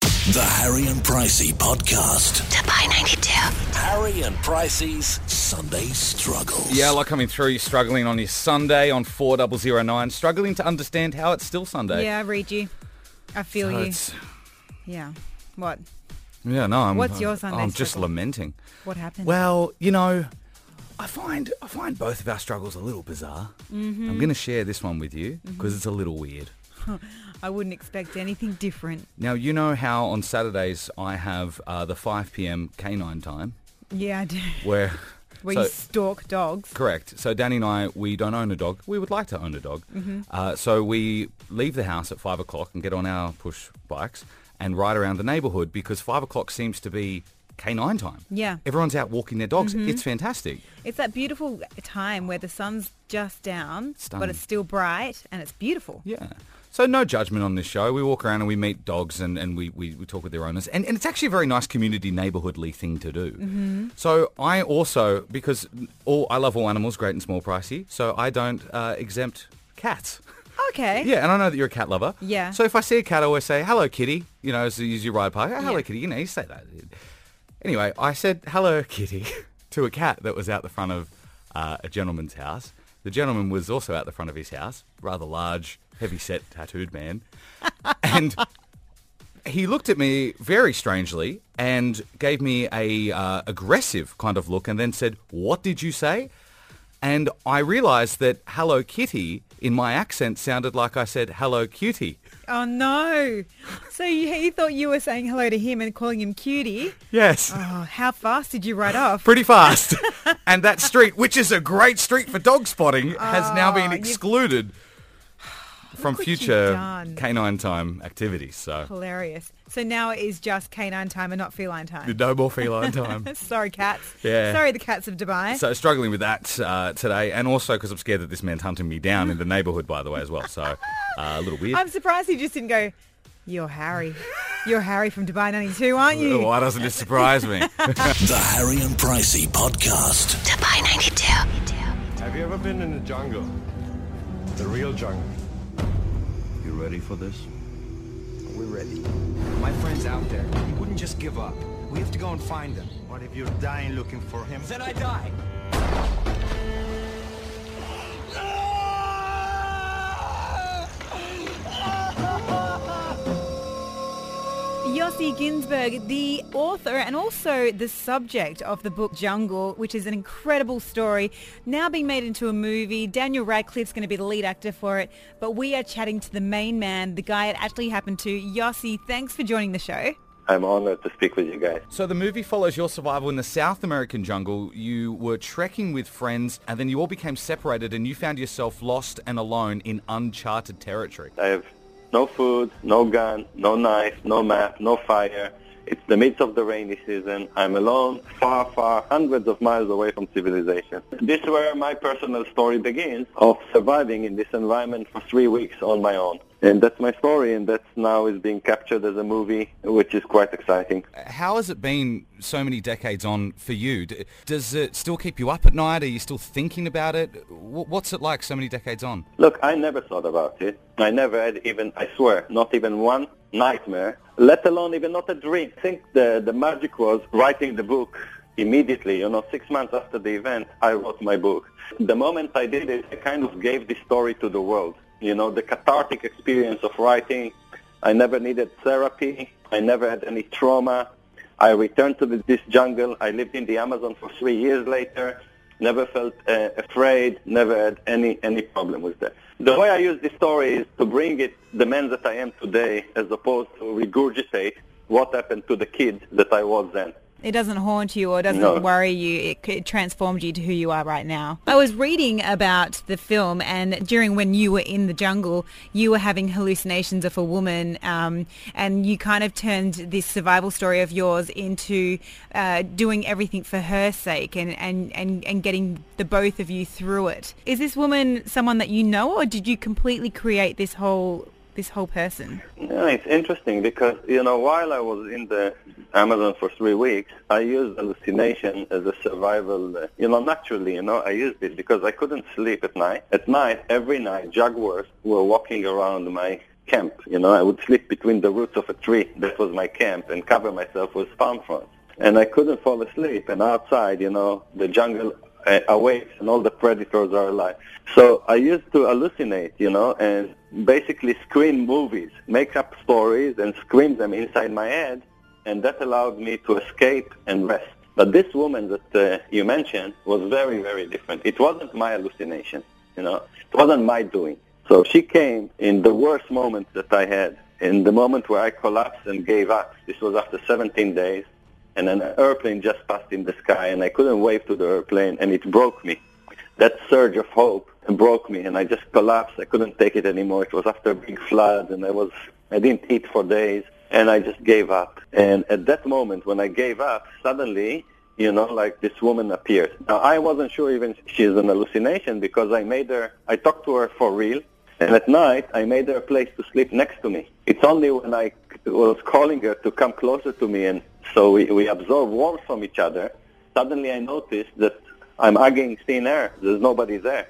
The Harry and Pricey Podcast. to buy 92. Harry and Pricey's Sunday Struggles. Yella coming through, struggling on his Sunday on 4009, struggling to understand how it's still Sunday. Yeah, I read you. I feel So you. it's- Yeah. What? yeah, no, I'm, uh, What's your Sunday I'm just struggle? lamenting. What happened? Well, you know, I find I find both of our struggles a little bizarre. Mm-hmm. I'm going to share this one with you because it's a little weird. I wouldn't expect anything different. Now, you know how on Saturdays I have uh, the 5 p.m. canine time Yeah, I do. where Where so- you stalk dogs. Correct. So Danny and I, we don't own a dog. We would like to own a dog. Uh, so we leave the house at five o'clock and get on our push bikes and ride around the neighbourhood because five o'clock seems to be canine time. Yeah. Everyone's out walking their dogs. It's fantastic. It's that beautiful time where the sun's just down, Stunning. but it's still bright and it's beautiful. Yeah. So no judgment on this show. We walk around and we meet dogs and, and we, we, we talk with their owners. And, and it's actually a very nice community neighbourhoodly thing to do. Mm-hmm. So I also, because all I love all animals, great and small, pricey, so I don't uh, exempt cats. Okay. Yeah, and I know that you're a cat lover. Yeah. So if I see a cat, I always say, hello, kitty. You know, as you as you ride past, "Oh, hello, Yeah. kitty. You know, you say that. Anyway, I said, hello, kitty, to a cat that was out the front of uh, a gentleman's house. The gentleman was also out the front of his house, rather large, heavy-set, tattooed man. and he looked at me very strangely and gave me a uh, aggressive kind of look and then said, what did you say? And I realised that Hello Kitty in my accent sounded like I said Hello Cutie. Oh no. So you, he thought you were saying hello to him and calling him cutie. Yes. Oh, how fast did you ride off? Pretty fast. and that street, which is a great street for dog spotting, has now been Oh, you've- excluded from what you've future done. canine time activities. So Hilarious. So now it is just canine time and not feline time. no more feline time. Sorry, cats. Yeah. Sorry, the cats of Dubai. So struggling with that uh, today, and also because I'm scared that this man's hunting me down in the neighbourhood, by the way, as well. So uh, a little weird. I'm surprised he just didn't go, you're Harry. You're Harry from Dubai 92, aren't you? Oh, Why doesn't it surprise me? The Harry and Pricey Podcast. To buy 92. Have you ever been in the jungle? The real jungle? You ready for this? We're ready. My friend's out there. He wouldn't just give up. We have to go and find him. What if you're dying looking for him? Then I die. Yossi Ginsberg, the author and also the subject of the book Jungle, which is an incredible story, now being made into a movie. Daniel Radcliffe's going to be the lead actor for it, but we are chatting to the main man, the guy it actually happened to. Yossi, thanks for joining the show. I'm honored to speak with you guys. So the movie follows your survival in the South American jungle. You were trekking with friends and then you all became separated and you found yourself lost and alone in uncharted territory. I have no food, no gun, no knife, no map, no fire. It's the midst of the rainy season. I'm alone, far, far, hundreds of miles away from civilization. This is where my personal story begins of surviving in this environment for three weeks on my own. And that's my story, and that's now is being captured as a movie, which is quite exciting. How has it been so many decades on for you? D- Does it still keep you up at night? Are you still thinking about it? Wh- What's it like so many decades on? Look, I never thought about it. I never had even, I swear, not even one nightmare, let alone even not a dream. I think the, the magic was writing the book immediately. You know, six months after the event, I wrote my book. The moment I did it, I kind of gave this story to the world. You know, the cathartic experience of writing. I never needed therapy. I never had any trauma. I returned to the, this jungle. I lived in the Amazon for three years later. Never felt uh, afraid. Never had any any problem with that. The way I use this story is to bring it the man that I am today, as opposed to regurgitate what happened to the kid that I was then. It doesn't haunt you or doesn't No. worry you. It, it transformed you to who you are right now. I was reading about the film, and during when you were in the jungle, you were having hallucinations of a woman, um, and you kind of turned this survival story of yours into uh, doing everything for her sake and, and, and, and getting the both of you through it. Is this woman someone that you know, or did you completely create this whole this whole person? Yeah, it's interesting because you know while I was in the Amazon for three weeks, I used hallucination as a survival. Uh, you know, naturally, you know, I used it because I couldn't sleep at night. At night, every night, jaguars were walking around my camp. You know, I would sleep between the roots of a tree. That was my camp, and cover myself with palm fronds. And I couldn't fall asleep. And outside, you know, the jungle uh, awakes, and all the predators are alive. So I used to hallucinate, you know, and basically screen movies, make up stories, and scream them inside my head. And that allowed me to escape and rest. But this woman that uh, you mentioned was very, very different. It wasn't my hallucination, you know. It wasn't my doing. So she came in the worst moment that I had, in the moment where I collapsed and gave up. This was after 17 days, and an airplane just passed in the sky, and I couldn't wave to the airplane, and it broke me. That surge of hope broke me, and I just collapsed. I couldn't take it anymore. It was after a big flood, and I was I didn't eat for days, and I just gave up. And at that moment, when I gave up, suddenly you know, like this woman appeared. Now, I wasn't sure even she's an hallucination because I made her, I talked to her for real. And at night, I made her a place to sleep next to me. It's only when I was calling her to come closer to me and so we, we absorb warmth from each other, suddenly I noticed that I'm hugging thin air. There's nobody there.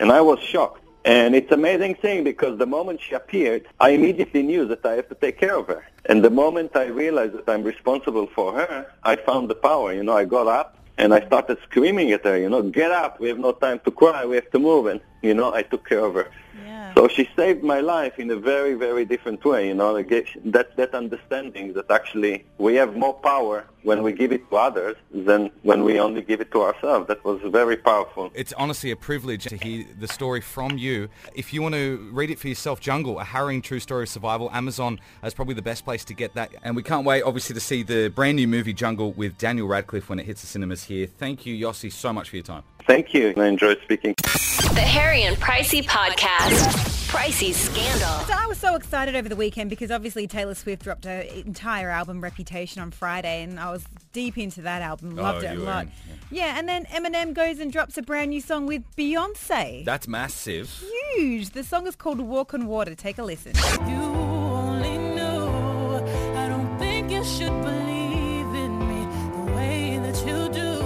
And I was shocked. And it's amazing thing because the moment she appeared, I immediately knew that I have to take care of her. And the moment I realized that I'm responsible for her, I found the power. You know, I got up and I started screaming at her, you know, get up. We have no time to cry. We have to move. And, you know, I took care of her. Yeah. So she saved my life in a very, very different way. You know, like, that, that understanding that actually we have more power when we give it to others than when we only give it to ourselves. That was very powerful. It's honestly a privilege to hear the story from you. If you want to read it for yourself, Jungle, a harrowing true story of survival, Amazon is probably the best place to get that. And we can't wait, obviously, to see the brand new movie Jungle with Daniel Radcliffe when it hits the cinemas here. Thank you, Yossi, so much for your time. Thank you. I enjoyed speaking. The Harry and Pricey Podcast. Pricey Scandal. So I was so excited over the weekend because obviously Taylor Swift dropped her entire album Reputation on Friday and I was deep into that album, loved it Oh, you a were lot. in, yeah. and then Eminem goes and drops a brand new song with Beyonce. That's massive. Huge. The song is called Walk on Water. Take a listen. You only know I don't think you should believe in me the way that you do.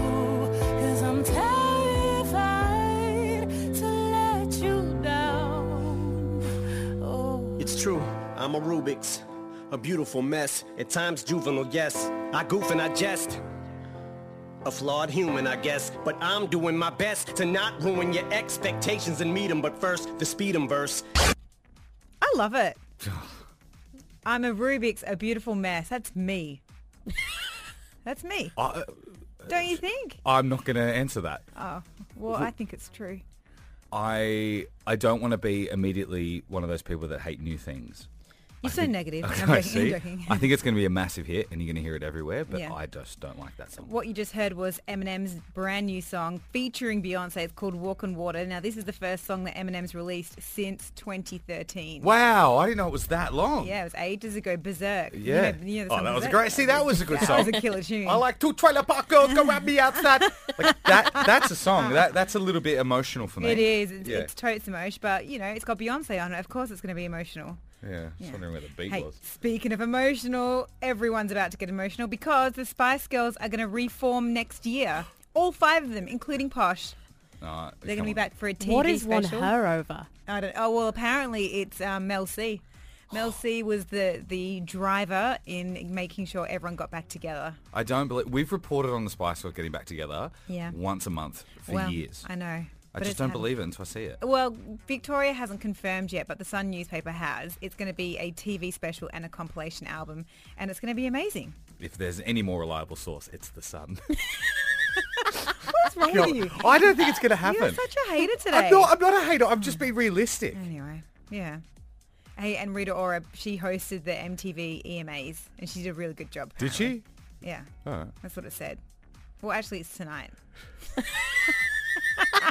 Cause I'm terrified to let you down. Oh. It's true, I'm a Rubik's, a beautiful mess, at times juvenile, yes. I goof and I jest. A flawed human, I guess, but I'm doing my best to not ruin your expectations and meet 'em. But first, the speed 'em verse. I love it. I'm a Rubik's, a beautiful mess. That's me. That's me. uh, Don't you think? I'm not going to answer that. Well, I think it's true. I I don't want to be immediately one of those people that hate new things. You're so negative. I'm I joking. I'm see. joking. I think it's going to be a massive hit, and you're going to hear it everywhere. But Yeah. I just don't like that song. What you just heard was Eminem's brand new song featuring Beyonce. It's called Walk on Water. Now, this is the first song that Eminem's released since 2013. Wow, I didn't know it was that long. Yeah, it was ages ago. Berserk. You Yeah. know- you know the oh, song that was a Berserk? great. See, that was a good That song. was a killer tune. I like two trailer park girls go wrap me outside. Like that. That's a song. That that's a little bit emotional for me. It is. It's, Yeah. it's totes emotion, but you know, it's got Beyonce on it. Of course, it's going to be emotional. Yeah. Just wondering where the beat Hey, was. speaking of emotional, everyone's about to get emotional because the Spice Girls are going to reform next year. All five of them, including Posh. No, They're going to be back for a TV What is one special. her over? I don't. Oh well, apparently it's um, Mel C. Mel C was the the driver in making sure everyone got back together. I don't believe we've reported on the Spice Girls getting back together. Yeah. Once a month for well, years. I know. I but just it's Oh. don't happening. believe it until I see it. Well, Victoria hasn't confirmed yet, but the Sun newspaper has. It's going to be a TV special and a compilation album, and it's going to be amazing. If there's any more reliable source, it's the sun. What's wrong with you? I don't think it's going to happen. You're such a hater Mm. today. I'm not, I'm not a hater. I'm just being realistic. Anyway, yeah. Hey, and Rita Ora, she hosted the MTV EMAs, E and she did a really good job. Did she? apparently. Yeah, Oh. that's what it said. Well, actually, it's tonight.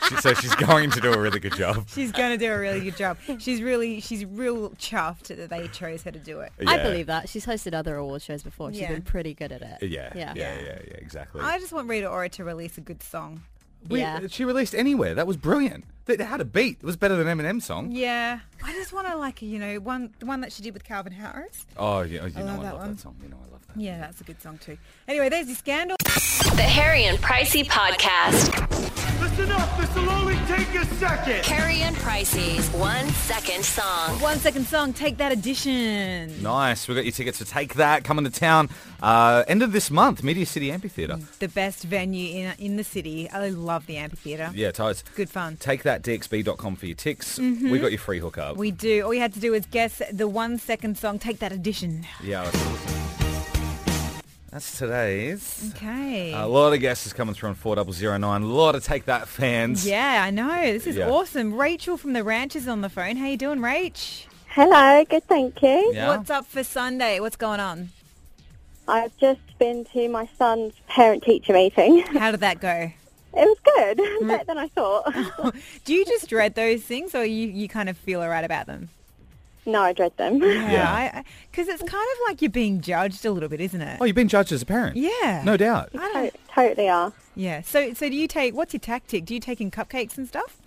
She- so she's going to do a really good job. She's going to do a really good job. She's really, she's real chuffed that they chose her to do it. I Yeah. believe that. She's hosted other award shows before. She's Yeah. been pretty good at it. Yeah. Yeah. Yeah. Yeah. exactly. I just want Rita Ora to release a good song. We- Yeah. She released anywhere. That was brilliant. They they had a beat. It was better than Eminem's song. Yeah. I just want to like, you know, one the one that she did with Calvin Harris. Oh, yeah, you know I love love that that, one. song. You know I love that. Yeah, that's a good song too. Anyway, there's your scandal. The Harry and Pricey Podcast. Listen up, this'll only take a second. Harry and Pricey's one second song. One second song, take that edition. Nice. We got your tickets to take that. Coming to town. Uh, end of this month, Media City Amphitheatre. The best venue in in the city. I love the amphitheater. Yeah, totes. Good fun. Take that dxb.com for your ticks. We got your free hookup. We do. All you had to do was guess the one second song, take that edition. yeah. That's today's. Okay. A lot of guesses coming through on 4009. A lot of Take That fans. yeah, I know. This is Yeah. awesome. Rachel from the ranch is on the phone. How you doing, Rach? Hello, good, thank you. Yeah? What's up for Sunday? What's going on? I've just been to my son's parent-teacher meeting. It How did that go? was good, better than I thought. Do you just dread those things or you, you kind of feel all right about them? no, I dread them. Yeah. Yeah. Because it's kind of like you're being judged a little bit, isn't it? Oh, you've been judged as a parent. Yeah. No doubt. I To- don't, totally are. yeah. So so do you take, what's your tactic? Do you take in cupcakes and stuff?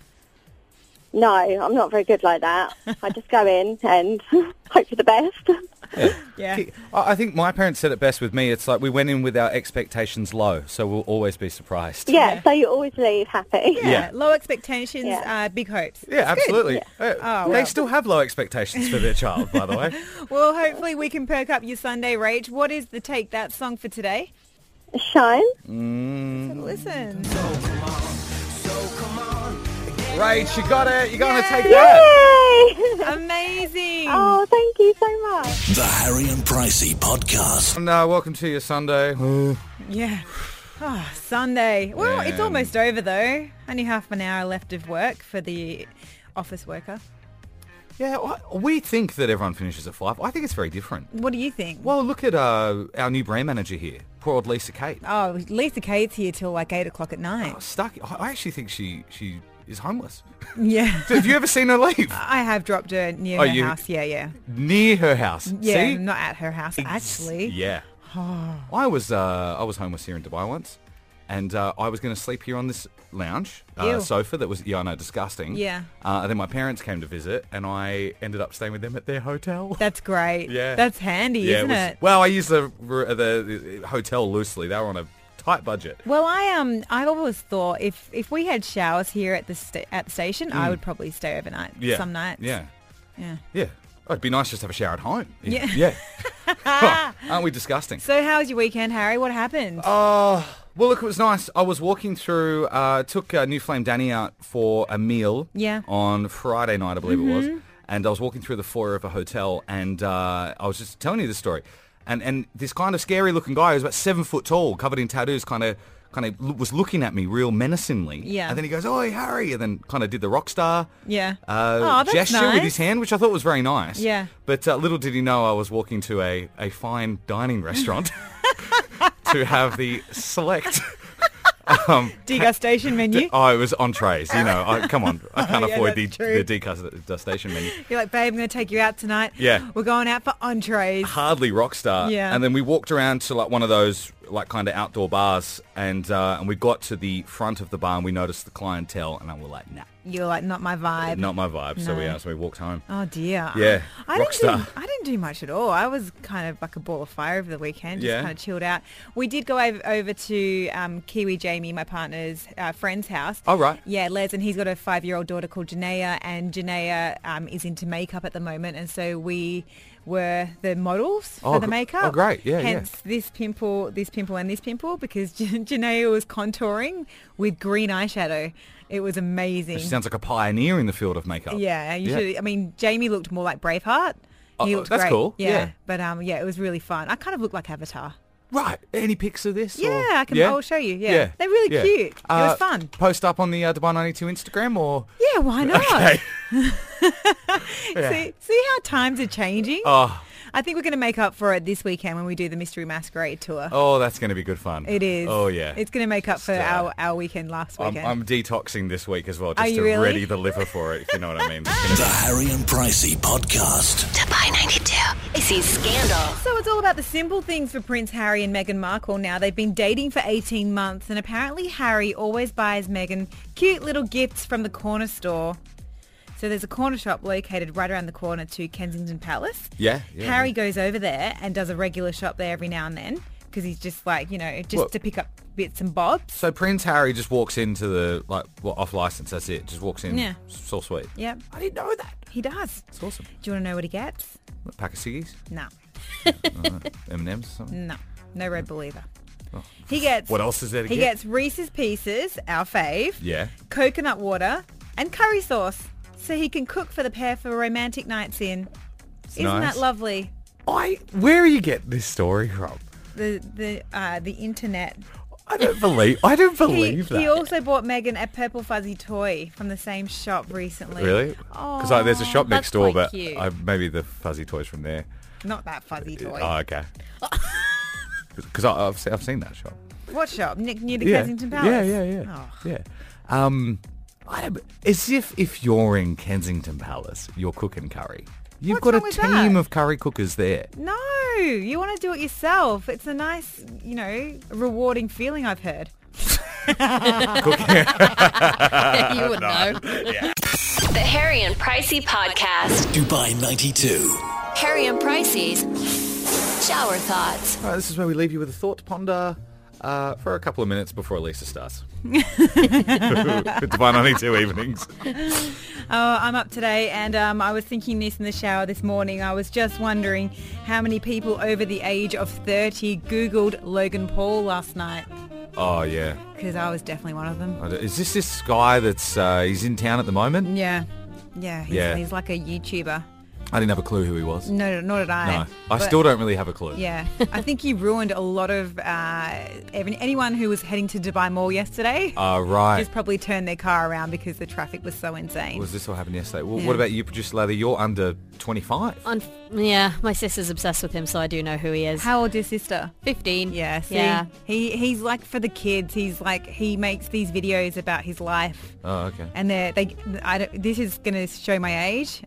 No, I'm not very good like that. I just go in and hope for the best. Yeah. I I think my parents said it best with me. It's like we went in with our expectations low, so we'll always be surprised. Yeah, so you always leave happy. Yeah. Low expectations, Yeah. Uh, big hopes. Yeah, absolutely. Uh, Oh, they well. still have low expectations for their child, by the way. Well, hopefully we can perk up your Sunday, Rach. What is the Take That song for today? Shine. Listen. Rach, you got it. You're going to take that. Yay! Amazing. oh, thank you so much. The Harry and Pricey Podcast. And uh, welcome to your Sunday. Yeah. Oh, Sunday. Well, it's Yeah. almost over though. Only half an hour left of work for the office worker. yeah, I- we think that everyone finishes at five. I think it's very different. What do you think? Well, look at uh, our new brand manager here, poor old Lisa Kate. Oh, Lisa Kate's here till like eight o'clock at night. Stuck. I I actually think she she is homeless. Yeah. Have you ever seen her leave? I have dropped her near Oh, her you- house. Yeah, yeah. Near her house. Yeah, See? not at her house, actually. Yeah. I was uh, I was homeless here in Dubai once, and uh, I was going to sleep here on this lounge uh, Ew. sofa that was yeah I know disgusting. Yeah. Uh, and then my parents came to visit, and I ended up staying with them at their hotel. That's great. Yeah. That's handy, yeah, isn't it it? was- Well, I used the, r- uh, the the hotel loosely. They were on a tight budget. Well, I um, I've always thought if if we had showers here at the sta- at the station, I would probably stay overnight. Mm. Yeah. Some nights. Yeah. Yeah. Yeah. Oh, it'd be nice just to have a shower at home. Yeah. Yeah. yeah. Aren't we disgusting? So how was your weekend, Harry? What happened? Uh, well, look, it was nice. I was walking through, uh, took uh, New Flame Danny out for a meal Yeah. Mm-hmm. on Friday night, I believe it was. And I was walking through the foyer of a hotel and uh, I was just telling you this story. And, and this kind of scary looking guy who's about seven foot tall, covered in tattoos, kind of kind of lo- was looking at me real menacingly. Yeah. And then he goes, "Oi, Harry!" And then kind of did the rock star Yeah. uh, Oh, that's gesture with nice. his hand, which I thought was very nice. Yeah. But uh, little did he know I was walking to a, a fine dining restaurant to have the select. um, Degustation menu. oh, it was entrees. You know, I, come on, I can't Oh, yeah, afford the, that's true. the degustation menu. You're like, babe, I'm going to take you out tonight. Yeah. We're going out for entrees. Hardly rock star. Yeah. And then we walked around to like one of those like kind of outdoor bars, and uh, and we got to the front of the bar, and we noticed the clientele, and I were like, nah, You're like, not my vibe. not my vibe. So we No. uh, so we walked home. Oh dear. Yeah, I rock didn't do, star. I didn't do much at all. I was kind of like a ball of fire over the weekend, just Yeah. kind of chilled out. We did go over, over to um, Kiwi Jamie, my partner's uh, friend's house. Oh, right. Yeah, Les, and he's got a five-year-old daughter called Janaea, and Janaea um, is into makeup at the moment, and so we were the models Oh, for the gr- makeup. oh, great. Yeah, yeah. Hence this pimple, this pimple, and this pimple because Janaea was contouring with green eyeshadow. It was amazing. She sounds like a pioneer in the field of makeup. Yeah, you should. I mean, Jamie looked more like Braveheart. He Oh, looked that's great. cool. Yeah. Yeah. but um, yeah, it was really fun. I kind of look like Avatar. Right. Any pics of this? or- Yeah, I can- I'll show you, yeah. They're really cute. It was fun. Uh, Post up on the uh, Dubai 92 Instagram or... Yeah, why not? Okay. See, see how times are changing. Oh, I think we're going to make up for it this weekend when we do the Mystery Masquerade tour. oh, that's going to be good fun. It is. Oh, yeah. It's going to make up for Just, uh, our, our weekend last I'm, weekend. I'm detoxing this week as well, Are just to you really? ready the liver for it, if you know what I mean. The Harry and Pricey Podcast. Dubai 92. Pricey Scandal. So it's all about the simple things for Prince Harry and Meghan Markle now. They've been dating for 18 months and apparently Harry always buys Meghan cute little gifts from the corner store. So there's a corner shop located right around the corner to Kensington Palace. Yeah, yeah, Harry goes over there and does a regular shop there every now and then because he's just like, you know, just Well- to pick up bits and bobs. So Prince Harry just walks into the like well, off license. That's it. Just walks in. Yeah. So sweet. Yep. I didn't know that. He does. It's awesome. Do you want to know what he gets? What, pack of ciggies, No. M and M's, or something. No. No Red Bull either. He gets... Oh. What else is there to He get? gets Reese's Pieces, our fave. Yeah. coconut water, and curry sauce so he can cook for the pair for romantic nights in. Isn't nice. that lovely? I. Where are you getting this story from? The the uh, the internet. I don't believe. I don't He, believe that. he also bought Megan a purple fuzzy toy from the same shop recently. Really? Because there's a shop next that's door, quite but cute. I, maybe the fuzzy toys from there. Not that fuzzy toy. Oh, okay. Because I've, se- I've seen that shop. what shop? Nick near the yeah. Kensington Palace. Oh. Yeah, yeah, yeah. Yeah. Um, I don't, as if if you're in Kensington Palace, you're cooking curry. You've What's got wrong a with team that? of curry cookers there. No, you want to do it yourself. It's a nice, you know, rewarding feeling. I've heard. you would know. The Harry and Pricey Podcast. Dubai 92. Harry and Pricey's Shower Thoughts. All right, this is where we leave you with a thought to ponder uh, for a couple of minutes before Elisa starts. Divine only two evenings. Oh, I'm up today and um, I was thinking this in the shower this morning. I was just wondering how many people over the age of 30 Googled Logan Paul last night Oh, yeah. because I was definitely one of them. I don't- Is this this guy that's uh, he's in town at the moment? Yeah. Yeah he's, Yeah. he's like a YouTuber. I didn't have a clue who he was. No, no, not at I. No, I still don't really have a clue. Yeah. I think he ruined a lot of uh, every, anyone who was heading to Dubai Mall yesterday. Uh, right. Just probably turned their car around because the traffic was so insane. Was this what happened yesterday? Well, Yeah. What about you, producer Lather? You're under 25. Un- yeah, my sister's obsessed with him, so I do know who he is. How old is your sister? 15. Yeah, see, Yeah. He he's like for the kids. He's like he makes these videos about his life, Oh, okay. and they they I don't, this is gonna show my age,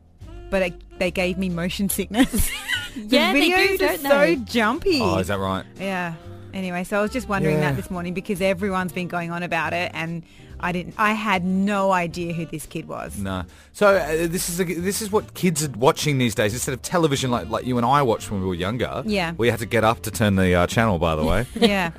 but it, they gave me motion sickness. the Yeah, they do, videos don't are they? so jumpy. Oh, is that right? yeah. Anyway, so I was just wondering Yeah. that this morning because everyone's been going on about it, and I didn't. I had no idea who this kid was. No. So uh, this is the this is what kids are watching these days instead of television like like you and I watched when we were younger. Yeah. We had to get up to turn the uh, channel. By the way. Yeah.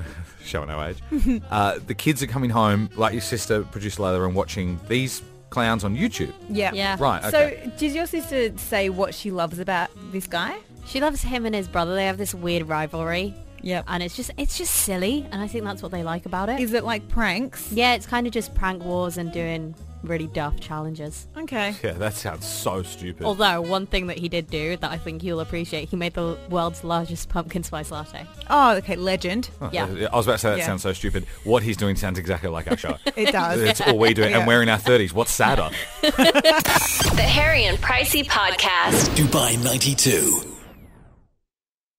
Showing our age. uh, the kids are coming home, like your sister, producer Lather, and watching these clowns on YouTube. Yeah. Yeah. Right. Okay. So, did your sister say what she loves about this guy? She loves him and his brother. They have this weird rivalry. Yep. And it's just it's just silly, and I think that's what they like about it. Is it like pranks? yeah, it's kind of just prank wars and doing really daft challenges. Okay. yeah, that sounds so stupid. Although one thing that he did do that I think you'll appreciate, he made the world's largest pumpkin spice latte. Oh, okay, legend. yeah. Uh, I was about to say that Yeah. sounds so stupid. What he's doing sounds exactly like our show. It does. That's all we do, Yeah. and we're in our thirties. What's sadder? The Harry and Pricey Podcast. Dubai 92.